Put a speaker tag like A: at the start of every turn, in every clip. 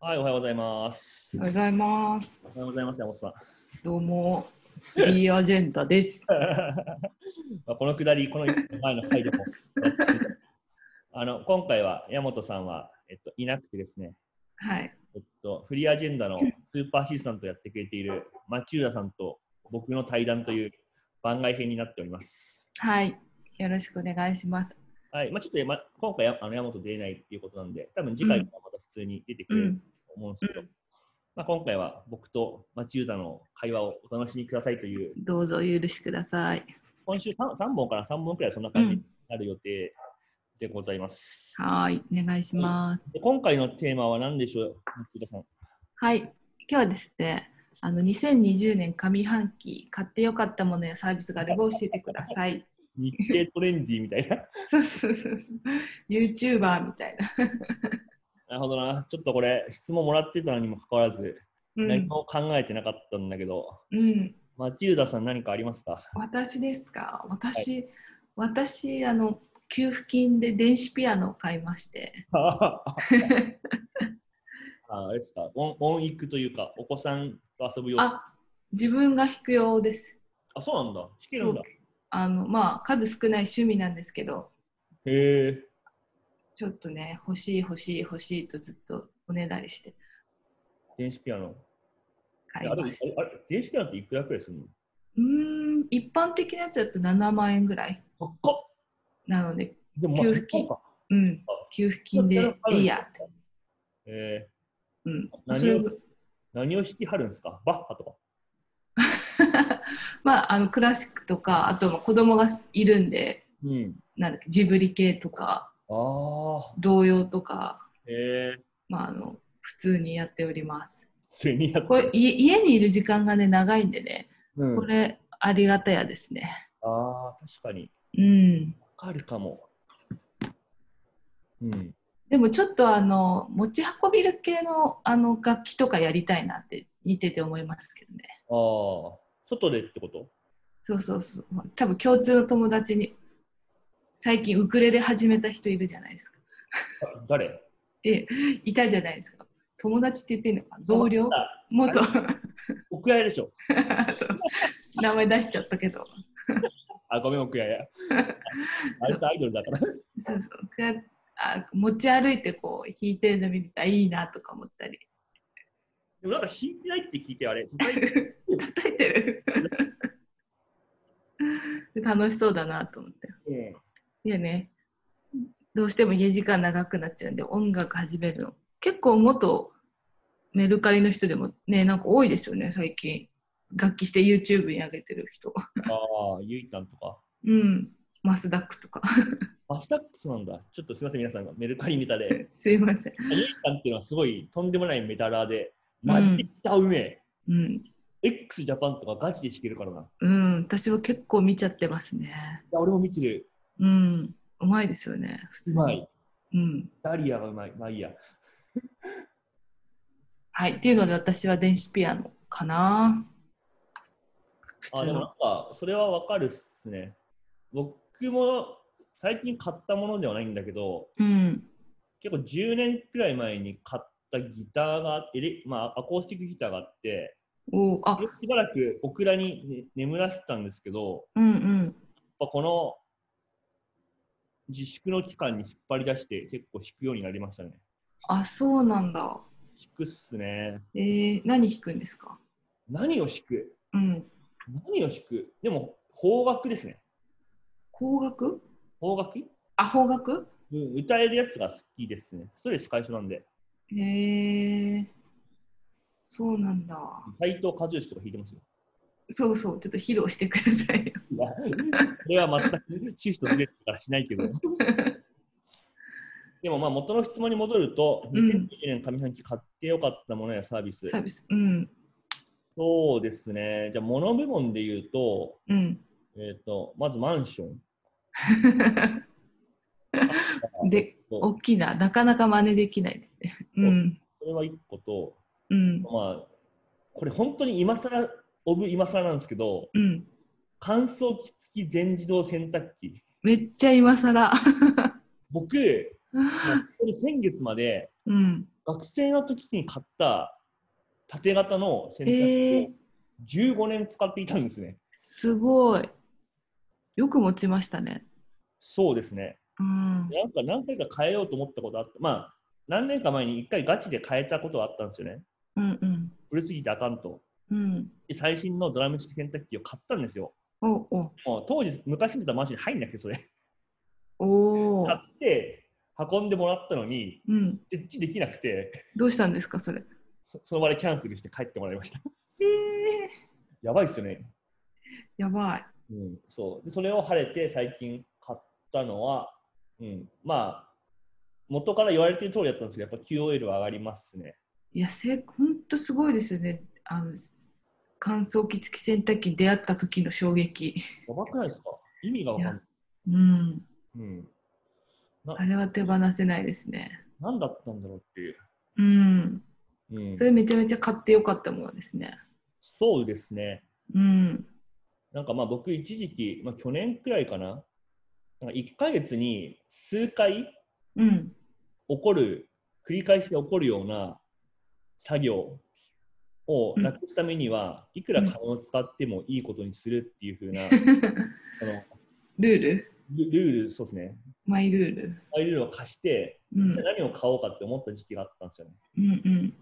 A: はい、おはようございます。
B: おはようございます。
A: おはようございます、山本さん。
B: どうも、リーアジェンダです。
A: まあこのくだり、この前の回でも。 あの今回は山本さんは、えっと、いなくてですね、
B: はい。
A: えっと、フリーアジェンダのスーパーアシスタントをやってくれている町浦さんと僕の対談という番外編になっております。
B: はい。よろしくお願いします。
A: はいまあ、ちょっと、ま、今回あの山本出れないっていうことなんで、多分次回からまた普通に出てく
B: う
A: れる
B: ん。
A: と思うんですけど、まあ、今回は僕と町浦の会話をお楽しみくださいという
B: どうぞお許しください。
A: 今週 3, 三本から3本くらいそんな
B: う
A: 感じに
B: ん。
A: なる予定でございます。
B: はい。お願いします。
A: で今回のテーマは何でしょう、松田さん。
B: はい。今日はですね、あの2020年上半期、買ってよかったものやサービスがあれば教えてください。
A: 日経トレンディみたいな。
B: そうそうそうそう。YouTuber みたいな。
A: なるほどな。ちょっとこれ、質問もらってたのにもかかわらず、
B: う
A: 何
B: ん。
A: も考えてなかったんだけど、
B: うん、
A: マチルダさん何かありますか
B: 私ですか。私、私、あの、給付金で電子ピアノを買いまして。
A: ああれですか音音域というか、お子さんと遊ぶ様子。あ
B: あ、自分が弾くようです。
A: そうなんだ。弾けるんだ
B: そ。うあのまあ数少ない趣味なんですけど、
A: へえ。
B: ちょっとね欲しい欲しい欲しいとずっとおねだりして
A: 電子ピアノ。あ
B: 買
A: れ、
B: い
A: あれ
B: ました。
A: あれ電子ピアノっていくらくらいするの
B: うーん一般的なやつだと7万円ぐらい
A: 高っ
B: なので、
A: でも、
B: 給付金
A: そっか
B: うん給付金でいいやって。
A: え
B: うん、
A: 何を
B: それぐ
A: ー、何を弾きはるんですかバッハとか。
B: まああのクラシックとかあとまあ子供がいるんで
A: うん。
B: なんだっけジブリ系とか
A: ああ。
B: 童謡とか、
A: えー、
B: まあ、あの普通にやっております。
A: それにやっ
B: これい家にいる時間がね長いんでね
A: うん、
B: これありがたやですね。
A: ああ、確かに。
B: うん。
A: わかるかも。うん。
B: でもちょっとあの持ち運びる系のあの楽器とかやりたいなって見てて思いますけどね。
A: ああ。外でってこと
B: そうそうそう。多分共通の友達に最近ウクレレ始めた人いるじゃないですか。
A: あ誰
B: ええ、いたじゃないですか。友達って言っていいのかな同僚
A: あ
B: 元
A: 奥屋でしょ。
B: 名前出しちゃったけど。
A: あ、ごめん、奥屋 や。あいつアイドルだから。
B: そうそう。があ持ち歩いてこう弾いてるの見たらいいなとか思ったり。
A: でもなんか弾いてないって聞いて、あれ。叩いて
B: 叩いてる楽しそうだなと思って
A: うん
B: いやねどうしても家時間長くなっちゃうんで音楽始めるの結構元メルカリの人でもねなんか多いですよね最近楽器して YouTube に上げてる人
A: ああ、ゆいたんとか。
B: うんマスダックとか
A: マスタックスなんだ。ちょっとすみません、皆さん。メルカリ見たで。
B: すいません、
A: あゆいたんっていうのはすごいとんでもないメタラーで、マジで歌うめえ。
B: うん、
A: x ジャパンとかガチで弾けるからな。い
B: うん私は結構見ちゃってますね
A: や俺も見てる。
B: うんうまいですよね普通
A: う
B: に
A: まい。
B: うん
A: ダリアがうまい。まあいいや。
B: はい、っていうので私は電子ピアノかな。普
A: あ、
B: 通
A: でも
B: の
A: なんか、それはわかるっすね。僕も最近買ったものではないんだけど、
B: うん、
A: 結構10年くらい前に買ったギターが、エレまあ、アコースティックギターがあって、
B: おーあ
A: しばらくオクラに、ね眠らせてたんですけど、
B: うんうん
A: やっぱこの自粛の期間に引っ張り出して結構弾くようになりましたね。
B: あそうなんだ。
A: 弾くっすね。
B: えー、何弾くんですか
A: 何を弾く
B: うん
A: 何を弾くでも、邦楽ですね。
B: 邦楽
A: 邦楽、
B: あ邦楽
A: うん、歌えるやつが好きですね。ストレス解消なんで。
B: へえー、そうなんだ。
A: 斎藤和義とか弾いてますよ。
B: そうそうちょっと披露してくださいよ。
A: いや、それは全く趣旨とずれてたからしないけど。 でもまあ元の質問に戻ると、
B: うん
A: 2020年上半期買ってよかったものやサービス。
B: サービスうん
A: そうですね。じゃあ、物部門で言うと、
B: うん。
A: えっ、と、まずマンション。
B: で
A: そう
B: 大きななかなか真似できないですね。うん
A: それは1個と、
B: うん
A: まあ、これ本当に今更、オブ今更なんですけど、
B: うん
A: 乾燥機付き全自動洗濯機。
B: めっちゃ今更
A: 僕、これ先月まで
B: うん。
A: 学生の時に買った縦型の洗
B: え
A: 濯
B: ー
A: 機を15年使っていたんですね。
B: すごい。よく持ちましたね。
A: そうですね。
B: うん。
A: なんか何回か変えようと思ったことあった。まあ、何年か前に1回ガチで変えたことはあったんですよね。
B: うんうん。
A: 古すぎてあかんと。
B: うん。
A: で最新のドラム式洗濯機を買ったんですよ。
B: おお。
A: もう当時、昔出たマシン入んなくて、それ。
B: おお
A: 買。って、運んでもらったのに、
B: うん。
A: 設置できなくて、
B: どうしたんですか、それ。
A: そその場でキャンセルして帰ってもらいました。
B: ええ
A: やばいっすよね。
B: やばい。
A: うん、そうでそれを晴れて最近買ったのは、うん、まあ元から言われてる通りだったんですけどやっぱ QOL は上がりますね
B: いや、せ、本当すごいですよね。あの。乾燥機付き洗濯機に出会った時の衝撃。
A: やばくないですか意味がわかんない
B: いうん。
A: うん、
B: あれは手放せないですね。
A: 何だったんだろうっていう、
B: うん。
A: うん、
B: それめちゃめちゃ買ってよかったものですね。
A: そうですね
B: うん。
A: なんかまあ僕一時期、まあ、去年くらいかななんか1ヶ月に数回
B: うん。
A: 起こる繰り返しで起こるような作業をなくすためには、いくら金を使ってもいいことにするっていう風な、あの
B: ル
A: ル
B: ール
A: ルール、そうですね、
B: マイルール。
A: マイルールを貸して、
B: うん。
A: 何を買おうかって思った時期があったんですよね。
B: うんうん。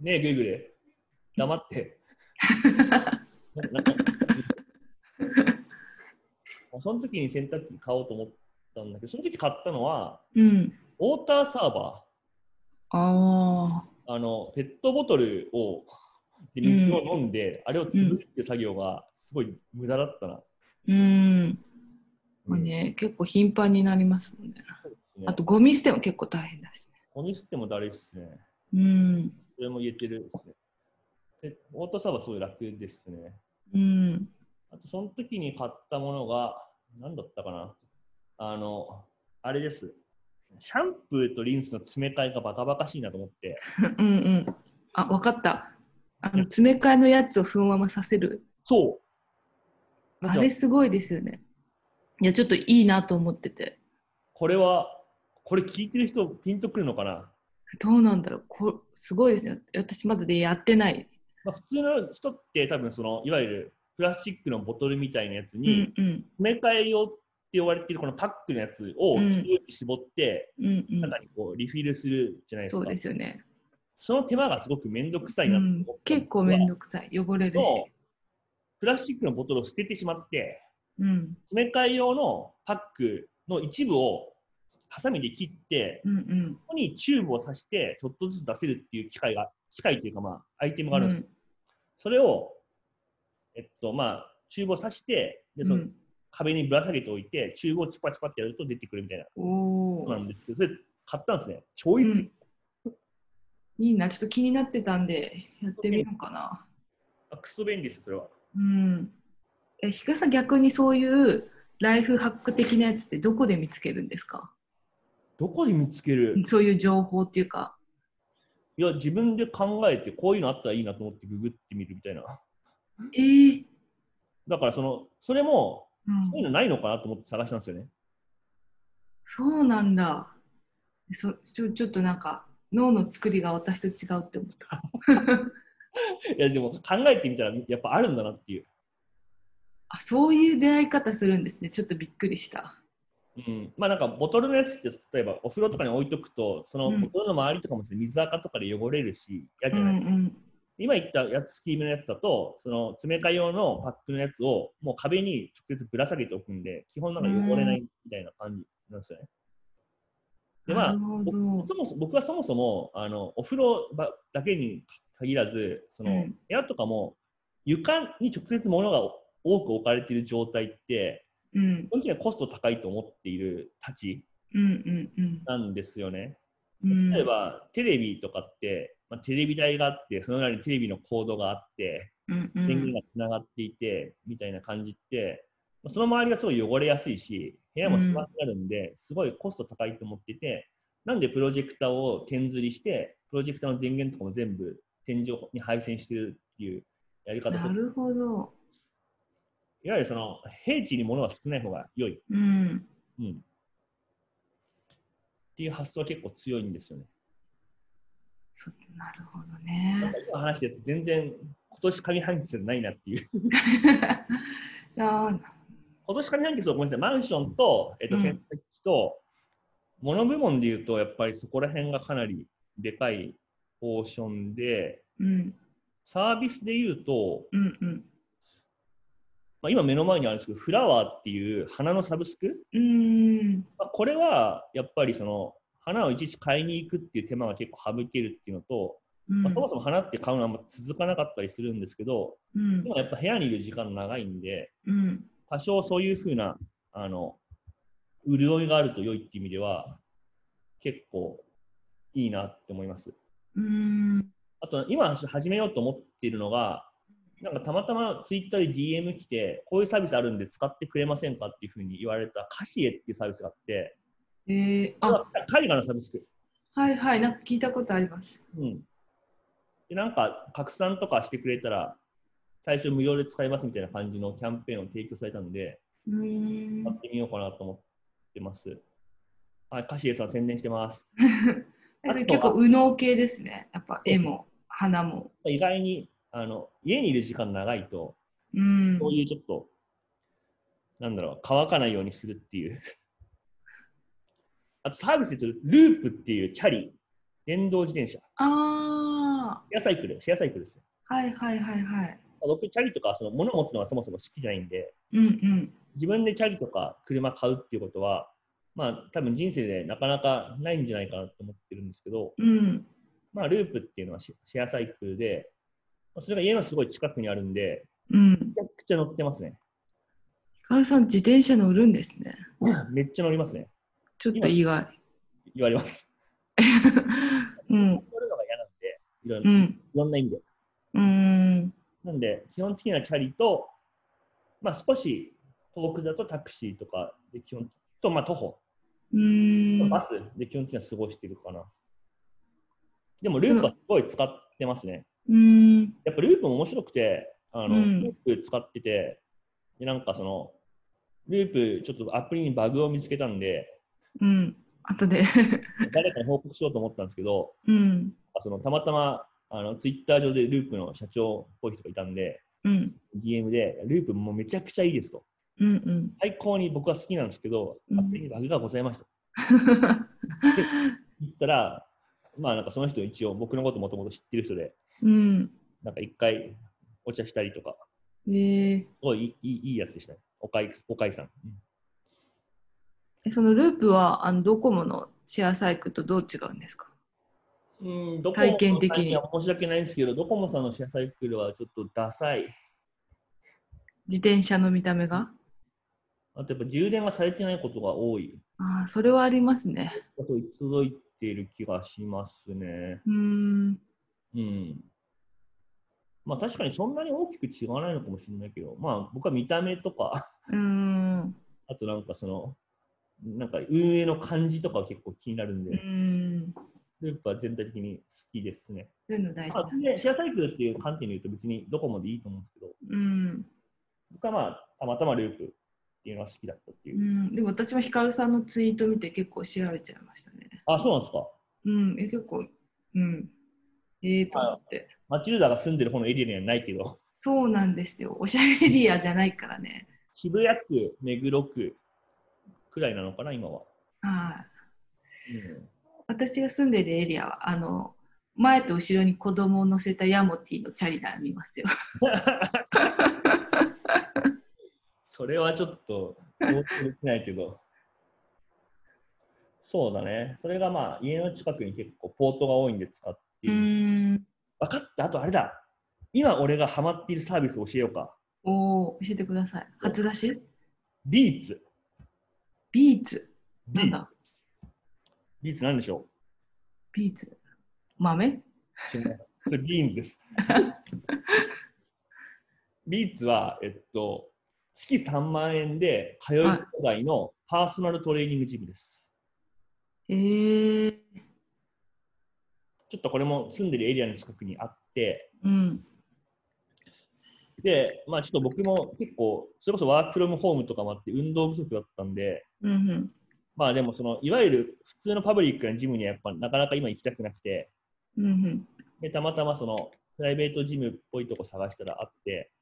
A: ねえ、グーグル、黙って。ななその時に洗濯機買おうと思ったんだけど、その時買ったのは、
B: うん。
A: ウォーターサーバ
B: ああ。
A: ー、あのペットボトルをで水を飲んで、あれを潰すって作業がすごい無駄だったな。
B: うん。ま
A: う
B: あ
A: ん
B: ね、結構頻繁になりますもんね。
A: ね
B: あと、ゴミ捨ても結構大変だしね。
A: ゴミ捨てもだるいっすね。
B: うん。
A: それも言えてるですね。で、ウォーターサーバーすごい楽ですね。
B: うん。
A: あと、その時に買ったものが、何だったかなあの、あれです。シャンプーとリンスの詰め替えがバカバカしいなと思って、
B: うんうん。あ、わかった。あの、詰め替えのやつをそのままさせる。
A: そう。
B: あ
A: なん
B: れ
A: か
B: すごいですよね。いや、ちょっといいなと思ってて。
A: これは、これ聞いてる人、ピンとくるのかな、
B: どうなんだろう。こすごいですね。私まだでやってない。
A: まあ、普通の人って、多分その、いわゆるプラスチックのボトルみたいなやつ
B: う
A: に、
B: んうん。
A: 詰め替え用って呼ばれてるこのパックのやつを、
B: うん
A: ギューって絞って、
B: うんうん。
A: 中にこうリフィルするじゃないです
B: そう
A: か
B: で。すよね。
A: その手間がすごく面倒くさ
B: う
A: いなと
B: ん
A: 思っ、た
B: 結構めん
A: ど
B: どくさい。汚れるし。
A: とプラスチックのボトルを捨ててしまって
B: うん。
A: 詰め替え用のパックの一部をハサミで切って
B: うんうん。
A: ここにチューブを刺してちょっとずつ出せるっていう機械が機械というかまあアイテムがあるんです、
B: うん
A: それをえっとまあチューブを刺してでその
B: うん
A: 壁にぶら下げておいて、チューブをチュパチュパってやると出てくるみたいな
B: お
A: こ
B: お、
A: となんですけどそれ買ったんですね超いいっす
B: うんいいな、ちょっと気になってたんで、やってみようかな。
A: あクソ便利ですそれは
B: うん。え、ひかさん、逆にそういうライフハック的なやつってどこで見つけるんですか
A: どこで見つける
B: そういう情報っていうか。
A: いや、自分で考えて、こういうのあったらいいなと思ってググってみるみたいな。
B: えー
A: だから、その、それも、
B: う、
A: そういうんのないのかなと思って探したんですよね。
B: そうなんだ。そちょちょっとなんか、脳の作りが私と違うって思った。
A: いや、でも、考えてみたら、やっぱあるんだなっていう。
B: あ、そういう出会い方するんですね。ちょっとびっくりした。
A: うん、まあなんかボトルのやつって例えばお風呂とかに置いとくとその
B: うん
A: ボトルの周りとかも水垢とかで汚れるし嫌
B: う
A: じゃ
B: んう
A: ない、
B: ん。
A: 今言ったやつスキームのやつだとその詰め替え用のパックのやつをもう壁に直接ぶら下げておくんで基本なんか汚れないみたいな感じなんですよね、でまあ
B: なるほど。
A: 僕そもそも僕はそもそもあのお風呂場だけに限らずその、
B: うん
A: 部屋とかも床に直接物が多く置かれている状態って
B: うん
A: 基本的にはコスト高いと思っているたち
B: うんうんうん
A: なんですよね。
B: うん。
A: 例えばテレビとかって、まあ、テレビ台があってその裏にテレビのコードがあって
B: うんう
A: 電
B: ん
A: 源がつながっていて、みたいな感じってまあその周りがすごい汚れやすいし部屋も狭くなるんで、すごいコスト高いと思っててなんでプロジェクターを点ずりしてプロジェクターの電源とかも全部天井に配線してるっていうやり方
B: な
A: と
B: るほど。
A: いわゆるその平地に物は少ない方が良い、
B: うん。
A: うん、っていう発想は結構強いんですよね。
B: そうなるほど
A: なん
B: ね
A: か。今話してて全然今年上半期じゃないなっていう。
B: いやー
A: 今年上半期そうごめんなさい、マンションと、えっと、
B: うん
A: 洗濯機と、物部門で言うと、やっぱりそこら辺がかなりでかいポーションで、
B: うん
A: サービスで言うと、
B: うんうん
A: まあ、今目の前にあるんですけど、フラワーっていう花のサブスク、
B: うーん
A: まあ、これはやっぱりその花をいちいち買いに行くっていう手間が結構省けるっていうのと、
B: うん
A: まあ、そもそも花って買うのはあんま続かなかったりするんですけど、
B: うん
A: でもやっぱ部屋にいる時間長いんで、
B: うん
A: 多少そういうふうなあの潤いがあると良いっていう意味では結構いいなって思います。
B: うん
A: あと今始めようと思っているのがなんかたまたまツイッターで DM 来てこういうサービスあるんで使ってくれませんかっていうふうに言われたカシエっていうサービスがあって
B: えー、
A: これ
B: あ
A: は絵画のサブスク、
B: はいはいなんか聞いたことあります。
A: うん、でなんか拡散とかしてくれたら最初無料で使いますみたいな感じのキャンペーンを提供されたんで
B: うーん
A: やってみようかなと思ってます。はい、カシエさん宣伝してます。
B: えそれ結構右脳系ですね。やっぱ絵も花も。
A: 意外にあの家にいる時間長いと、
B: うん
A: そういうちょっと、なんだろう、乾かないようにするっていう。 あとサービスで言うと、ループっていうチャリ、電動自転車、シ
B: あ
A: ェアサイクル、シェアサイクルですね。
B: あはいはいはいはい。
A: 僕、チャリとか、その物持つのがそもそも好きじゃないんで、
B: うんうん
A: 自分でチャリとか車買うっていうことは、まあ、多分人生でなかなかないんじゃないかなと思ってるんですけど、
B: うん
A: まあ、ループっていうのはシェシェアサイクルで、まあそれが家のすごい近くにあるんで、
B: うん。
A: めちゃくちゃ乗ってますね。
B: 川合さん自転車乗るんですね。
A: めっちゃ乗りますね。
B: ちょっと意外。
A: 言われます。
B: う
A: 乗る
B: ん
A: のが嫌なんで、いろん
B: う
A: い
B: ん
A: ろんな意味で。
B: うん
A: なんで、基本的にはチャリと、まあ、少し遠くだとタクシーとかで基本と、まあ、徒歩、
B: うん。
A: バスで基本的には過ごしてるかな。でも、ループはすごい使ってますね。
B: うん
A: やっぱループも面白くて、あの、
B: うん
A: ループ使ってて、で、なんかその、ループ、ちょっとアプリにバグを見つけたんで、
B: うん。後で。
A: 誰かに報告しようと思ったんですけど、
B: うん
A: そのたまたまあのツイッター上でループの社長っぽい人がいたんで、
B: うん。
A: DM で、ループもうめちゃくちゃいいですと。
B: うんうん。
A: 最高に僕は好きなんですけど
B: う、ん
A: アプリにバグがございました。言ったら、まあなんかその人一応僕のこともともと知ってる人で、
B: うん。
A: なんか一回お茶したりとか、
B: えー、
A: すごいいいいいいいやつでしたね。おかいおかいさん。うん
B: えそのループはあのドコモのシェアサイクルとどう違うんですか
A: うん、ドコモ
B: 体験的に
A: さんは申し訳ないんですけど、ドコモさんのシェアサイクルはちょっとダサい。
B: 自転車の見た目が
A: あとやっぱ充電がされてないことが多い。
B: ああそれはありますね。
A: そう届いている気がしますね。
B: うーん
A: うん。まあ確かにそんなに大きく違わないのかもしれないけど、まあ僕は見た目とか、
B: うーん
A: あとなんかその、なんか運営の感じとかは結構気になるん
B: うー
A: で、
B: ん
A: ループは全体的に好きですね。
B: そういうの大事
A: まあ
B: だ、
A: 全然シェアサイクルっていう観点で言うと別にドコモでいいと思うんですけど、
B: うん
A: 僕はまあたまたまループっていうのが好きだったっていうう。
B: ん、でも私もヒカルさんのツイート見て結構調べちゃいましたね。
A: あ、そうなんですか。
B: うん、え結構、うん、ええと思って。
A: マチルダが住んでる方のエリアにはないけど、
B: そうなんですよ。おしゃれエリアじゃないからね。
A: 渋谷区、目黒区くらいなのかな、今は。
B: はい。
A: うん
B: 私が住んでるエリアは、あの、前と後ろに子供を乗せたヤモティのチャリが見ますよ。
A: それはちょっと想像できないけど。 そうだね。それがまあ家の近くに結構ポートが多いんで使って
B: う
A: いる。
B: ーん。
A: 分かった。あとあれだ。今俺がハマっているサービス教えようか。
B: おー教えてください。初出し
A: ビーツ。
B: ビーツ。な
A: ビ
B: ん
A: ーツ。
B: だ
A: ビーツなんでしょ
B: ビーツ。豆
A: う知らないですそれビーンズです。ビーツは、えっと、月3万円で通い放題のパーソナルトレーニングジムです。
B: えー、
A: ちょっとこれも住んでるエリアの近くにあって、
B: うん。
A: で、まあちょっと僕も結構、それこそワークフロムホームとかもあって運動不足だったんで、
B: うんうん。
A: まあでもその、いわゆる普通のパブリックなジムにはやっぱなかなか今行きたくなくて、
B: うんうん
A: でたまたまそのプライベートジムっぽいとこ探したらあって、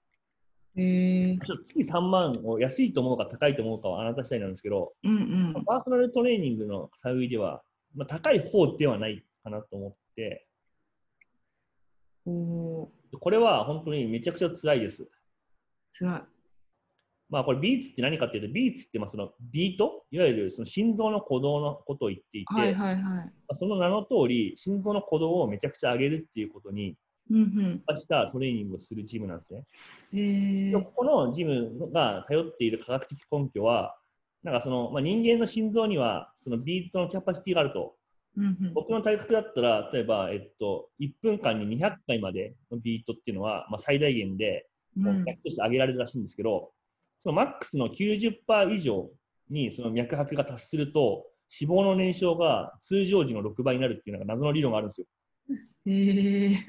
B: へえ
A: ちょっと月3万を安いと思うか高いと思うかはあなた次第なんですけど、
B: うんうん
A: パーソナルトレーニングのサウイでは、まあ、高い方ではないかなと思って、
B: おー
A: これは本当にめちゃくちゃ辛いです。
B: つら
A: まあこれビーツって何かっていうと、ビーツってまあそのビート、いわゆるその心臓の鼓動のことを言っていて、
B: いはいはいはい
A: まあその名の通り、心臓の鼓動をめちゃくちゃ上げるっていうことに、
B: うん
A: したトレーニングをするジムなんですね。
B: うんへえ
A: でここのジムが頼っている科学的根拠は、なんかその、まあ、人間の心臓にはそのビートのキャパシティがあると。
B: うんうん
A: 僕の体格だったら、例えば、えっと、1分間に200回までのビートっていうのは、まあ、最大限で、
B: う
A: もうん100として上げられるらしいんですけど、そのマックスの90%以上にその脈拍が達すると、脂肪の燃焼が通常時の6倍になるっていうなんか謎の理論があるんですよ。
B: へえ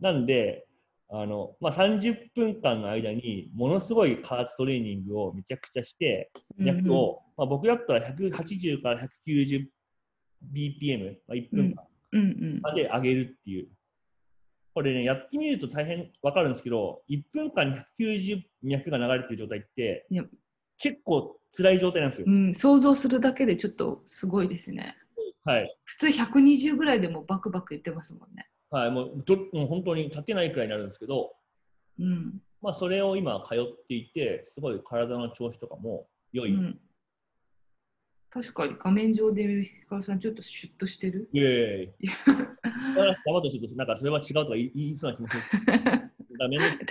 A: なんで、あのまあ、30分間の間にものすごい加圧トレーニングをめちゃくちゃして、脈を、まあ、僕だったら180から 190bpm、まあ、1分間
B: うんうん
A: まで上げるっていう、これね、やってみると大変わかるんですけど、1分間に190脈が流れてる状態って
B: いや、
A: 結構辛い状態なんですよ。
B: うん想像するだけでちょっとすごいですね
A: はい
B: 普通120ぐらいでもバクバク言ってますもんね
A: はい、もうどもう本当に立てないくらいになるんですけど、
B: うん
A: まあ、それを今、通っていて、すごい体の調子とかも良
B: う
A: い。
B: ん確かに画面上でヒカルさんちょっとシュッとしてる
A: いやいやい や。黙ってちょっと、なんかそれは違うとか言い言いそうな気もする。ダメです。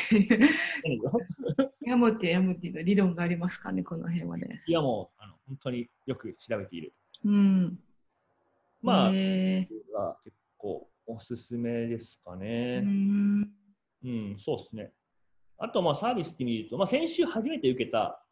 B: 確かに
A: 何が
B: ヤモティヤモティの理論がありますからねこの辺はね
A: いやもうあの、本当によく調べている。
B: うん
A: まあ、
B: へえ
A: は結構おすすめですか
B: う
A: ね。
B: ん
A: うん、そうですね。あと、まあ、サービスって見ると、まあ、先週初めて受けた、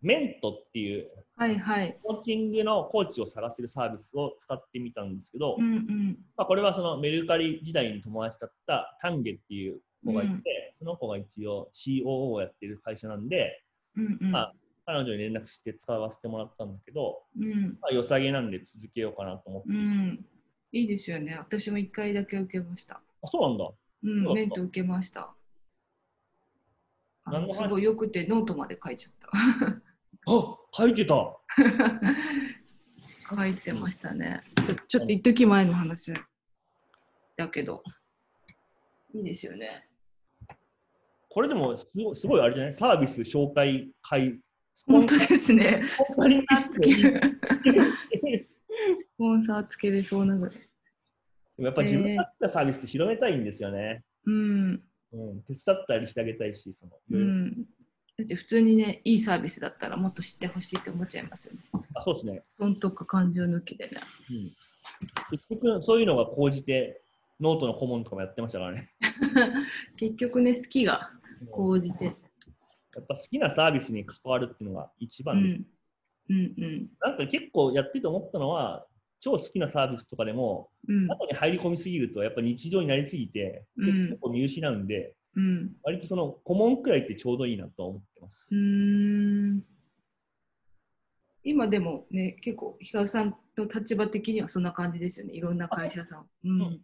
A: メントっていう
B: はいはい
A: コーチングのコーチを探せるサービスを使ってみたんですけど、
B: うんうん
A: まあ、これはそのメルカリ時代に友達だった丹下っていう子がいて、
B: うん
A: その子が一応 COO をやってる会社なんで、
B: うんうん
A: まあ彼女に連絡して使わせてもらったんだけど、
B: うん
A: まあ、良さげなんで続けようかなと思って、
B: う
A: あ
B: んいいですよね私も1回だけ受けました
A: そうなんだ。
B: うん
A: そう
B: 免許受けましたあ
A: 何の
B: の
A: 話
B: すごいよくてノートまで書いちゃ
A: あ書いてた
B: った 書いてましたねちょちょっと一時前の話だけどいいですよね
A: これでもすごいすごいあれじゃないサービス紹介会スポ
B: 本
A: ン
B: 当ですね
A: スポンサリング
B: スポン
A: して
B: サーつけるスポンサーつけれそうなぐらい
A: やっぱ自分が作ったサービスって広めたいんですよね。
B: うん
A: うん、手伝ったりしてあげたいし、そのいうろいろ
B: んだって普通にねいいサービスだったらもっと知ってほしいって思っちゃいますよね
A: あそうですね。
B: 損得感情抜きでね
A: うん結局、そういうのが高じて、ノートの顧問とかもやってましたからね。
B: 結局ね好きが
A: うん
B: 高じて
A: やっぱ好きなサービスに関わるっていうのが一
B: う
A: 番です。
B: んうんうん
A: なんか結構やってて思ったのは、超好きなサービスとかでも、
B: うん
A: 中に入り込みすぎると、やっぱ日常になりすぎて、
B: うん
A: 結構見失うんで、
B: うん
A: 割とその顧問くらいってちょうどいいなとは思ってま
B: う
A: す。
B: ーん今でもね結構ひかるさんの立場的にはそんな感じですよねいろんな会社さんうん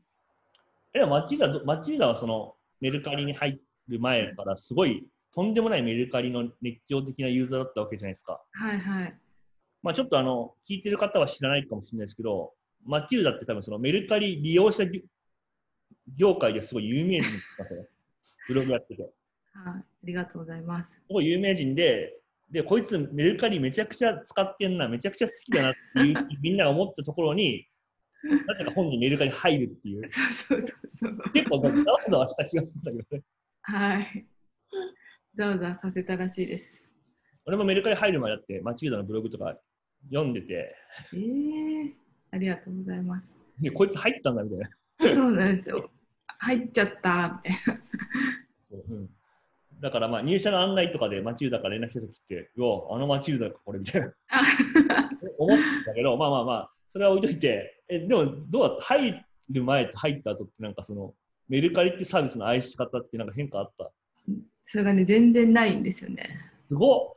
A: え、マチルダど、マチルダはそのメルカリに入る前から、すごいとんでもないメルカリの熱狂的なユーザーだったわけじゃないですか。
B: はいはい
A: まあ、ちょっとあの聞いてる方は知らないかもしれないですけど、マチルダって多分そのメルカリ利用者業業界ですごい有名人なんですよ。ブログやってて。す
B: はいありがとうございます
A: ごい有名人で、で、こいつメルカリめちゃくちゃ使ってんな、めちゃくちゃ好きだなっていうみんなが思ったところに、なぜか本人メルカリ入るっていう、
B: そうそうそうそう
A: 結構ざわざわした気がするんだけどね。
B: はいざわざわさせたらしいです
A: 俺もメルカリ入る前だって、マチルダのブログとか読んでて、
B: えー、ありがとうございます
A: でこいつ入ったんだみたいな。
B: そうなんですよ入っちゃったみたい
A: そううん、だからまあ入社の案内とかでマチルダから連絡した時って、うわ、あのマチルダか、これみたいな
B: な
A: 思ったんだけど、まあまあまあ、それは置いといて、えでもどうだった入る前と入った後って、なんかそのメルカリってサービスの愛し方ってなんか変化あった。
B: それがね全然ないんですよね
A: すごっ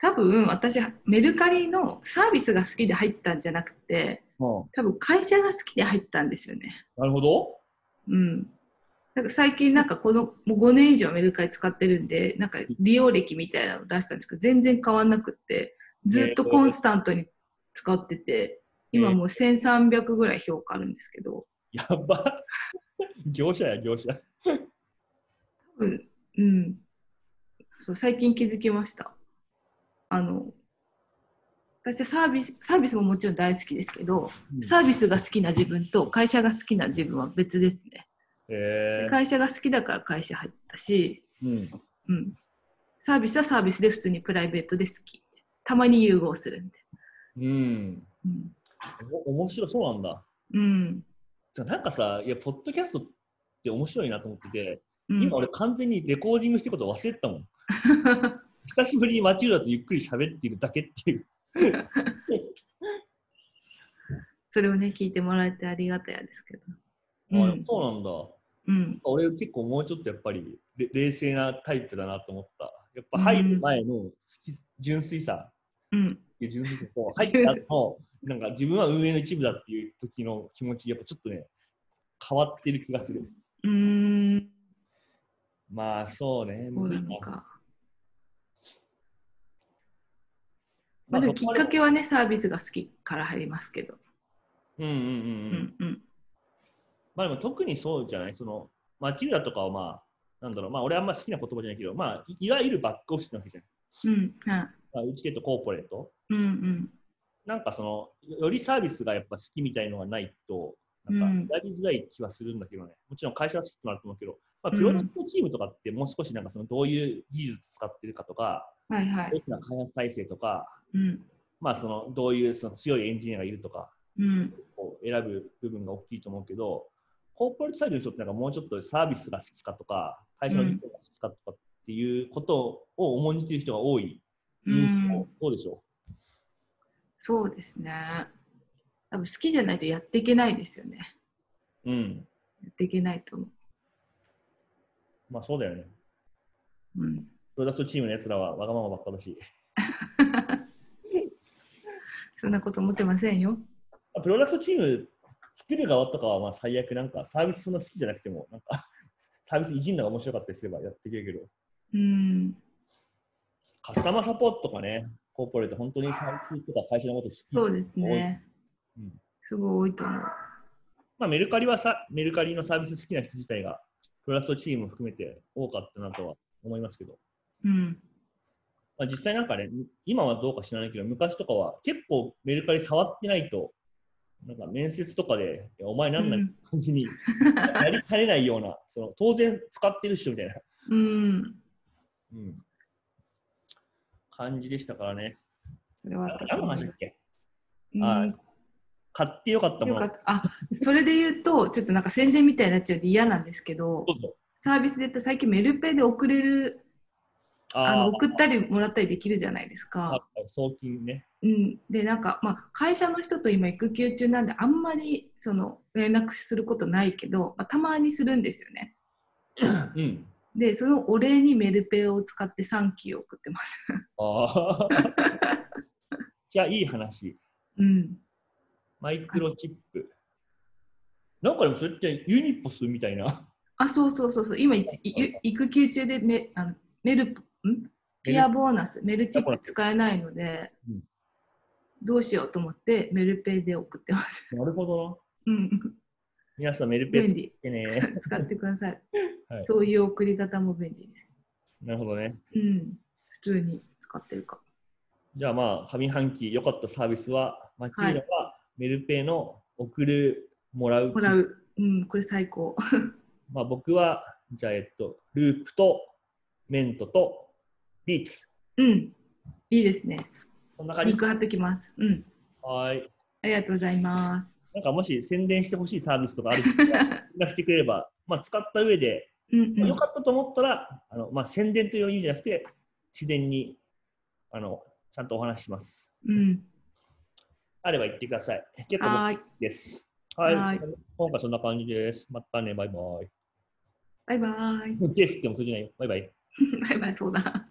B: 多分私メルカリのサービスが好きで入ったんじゃなくて
A: うん、
B: 多分会社が好きで入ったんですよね。
A: なるほど。
B: うん、なんか最近なんかこのもう5年以上メルカリ使ってるんでなんか利用歴みたいなの出したんですけど全然変わんなくってずっとコンスタントに使ってて今もう1300ぐらい評価あるんですけど
A: やば。 業者や、業者。
B: 多分、うん、そう最近気づきました。あの私はサービスサービスももちろん大好きですけど、サービスが好きな自分と会社が好きな自分は別ですね。
A: えー
B: 会社が好きだから会社入ったし、
A: うん、
B: うん、サービスはサービスで普通にプライベートで好き。たまに融合するんで。
A: うん。
B: うん。
A: お面白い、そうなんだ。
B: うん。
A: じゃあなんかさ、いや、ポッドキャストって面白いなと思ってて、
B: うん、
A: 今俺完全にレコーディングしてること忘れてたも ん。久しぶりにマチューダとゆっくり喋ってるだけっていう。
B: それをね、聞いてもらえてありがたやですけど。う
A: あ
B: ん。
A: そうなんだ。
B: うん。
A: 俺結構もうちょっとやっぱりれ冷静なタイプだなと思った。やっぱ入る前の好き純粋さ、
B: うん。
A: いや純粋さと入った後 の、なんか自分は運営の一部だっていう時の気持ち、やっぱちょっとね、変わってる気がする。
B: うーん。
A: まあそうね、
B: そ
A: む
B: う
A: ず
B: ないの
A: な。
B: か。
A: まあ
B: まあ、でも
A: そ
B: き
A: こ
B: っ
A: まで
B: かけはね、サービスが好きから入りますけど。
A: うんうんうん
B: う
A: うん。
B: ん。うん。
A: まあでも特にそうじゃないその、マチルダとかはまあ、なんだろう、まあ俺あんま好きな言葉じゃないけど、まあいいわゆるバックオフィスなわけじゃない。
B: うん。はい
A: まあ、うちで言うとコーポレート。
B: うん。うん。
A: なんかその、よよりサービスがやっぱ好きみたいのがないと、なんかやりづらい気はするんだけどね。もちろん会社は好きとなると思うけど、まあ、
B: うん
A: プロダクトチームとかってもう少しなんかそのどういう技術使ってるかとか、
B: はいはい。
A: 大きな開発体制とか、
B: うん。
A: まあそのどういうその強いエンジニアがいるとか、
B: うん。
A: こう選ぶ部分が大きいと思うけど、コーポレートサイドの人ってなんかもうちょっとサービスが好きかとか、会社の人が好きかとかっていうことを重んじている人が多い。
B: うん
A: どうでしょ
B: そうですね。多分好きじゃないとやっていけないですよね。
A: ううん。
B: やっていけないと思
A: まあそうだよね。
B: う。うん。
A: プロダクトチームのやつらはわがままばっかだし。
B: そんなこと思ってませんよ。
A: まあプロダクトチーム作る側とかはまあ最悪なんかサービスそんな好きじゃなくても、なんか サービスいじんのが面白かったりすればやっていけるけど、
B: うん。
A: カスタマーサポートとかね、コーポレート本当にサービスとか会社のこと好き。
B: そうですね
A: うん。
B: すごい多いと思う。
A: まあ、メルカリはさ、メルカリのサービス好きな人自体が、プロダクトチーム含めて多かったなとは思いますけど、
B: うん。
A: まあ、実際なんかね、今はどうか知らないけど、昔とかは結構メルカリ触ってないと、なんか面接とかで、いやお前なんだ
B: う
A: よ
B: ん
A: 感じになりかねないような、その当然使ってるっしょみたいな、
B: うん。
A: うん、感じでしたからね。
B: それはあ
A: あ
B: ったと
A: 何の
B: 思う
A: 話だっけ
B: うん
A: はい買ってよかったも
B: よ
A: の。
B: かった。あ、それで言うと、ちょっとなんか宣伝みたいになっちゃうんで嫌なんですけど
A: ど、うぞ
B: サービスで言ったら最近メルペイで送れる、あ
A: あ
B: の
A: ー
B: 送ったりもらったりできるじゃないです
A: あ
B: か。
A: 送金ね。
B: うん。で、なんか、まあ、会社の人と今育休中なんで、あんまり、その、連絡することないけど、まあ、たまにするんですよね。
A: うん。
B: で、そのお礼にメルペイを使ってサンキューを送ってます。
A: ああ。 じゃあ、いい話。
B: うん。
A: マイクロチップ。なんかでもそれってユニポスみたいな。
B: あ、そうそうそうそう。今、いいゆ育休中でメあのメル、んピアボーナス、メルチップ使えないので
A: うん、
B: どうしようと思ってメルペイで送ってます。
A: なるほどな。
B: うん、
A: 皆さんメルペイ使っ
B: 便利。
A: てね。
B: 使ってください。
A: はい
B: そういう送り方も便利です。
A: なるほどね。
B: うん、普通に使ってるか。
A: じゃあまあ、上半期良かったサービスは、マチーダはメルペイの送る、もらう
B: もらう。うん、これ最高。
A: まあ僕は、じゃあ、えっと、ループとメントとリーツ。
B: うん、いいですね。
A: こんな感
B: リ
A: じで
B: ン
A: す
B: ク貼っときます。うん、
A: はい。
B: ありがとうございます。
A: なんかもし宣伝してほしいサービスとかある人が連絡してくれれば、まあ使った上で、
B: うんう
A: まあ良
B: ん、
A: かったと思ったら、あのまあ宣伝という意味じゃなくて、自然にあのちゃんとお話しします。
B: うん、
A: あれば言ってください。結構僕
B: はーい。
A: です。はい。
B: はい
A: 今回そんな感じです。またね、バイバ
B: バイバーイ。
A: イ。手振っても通じないよ。バイバイ。
B: バイバイ、そうだ。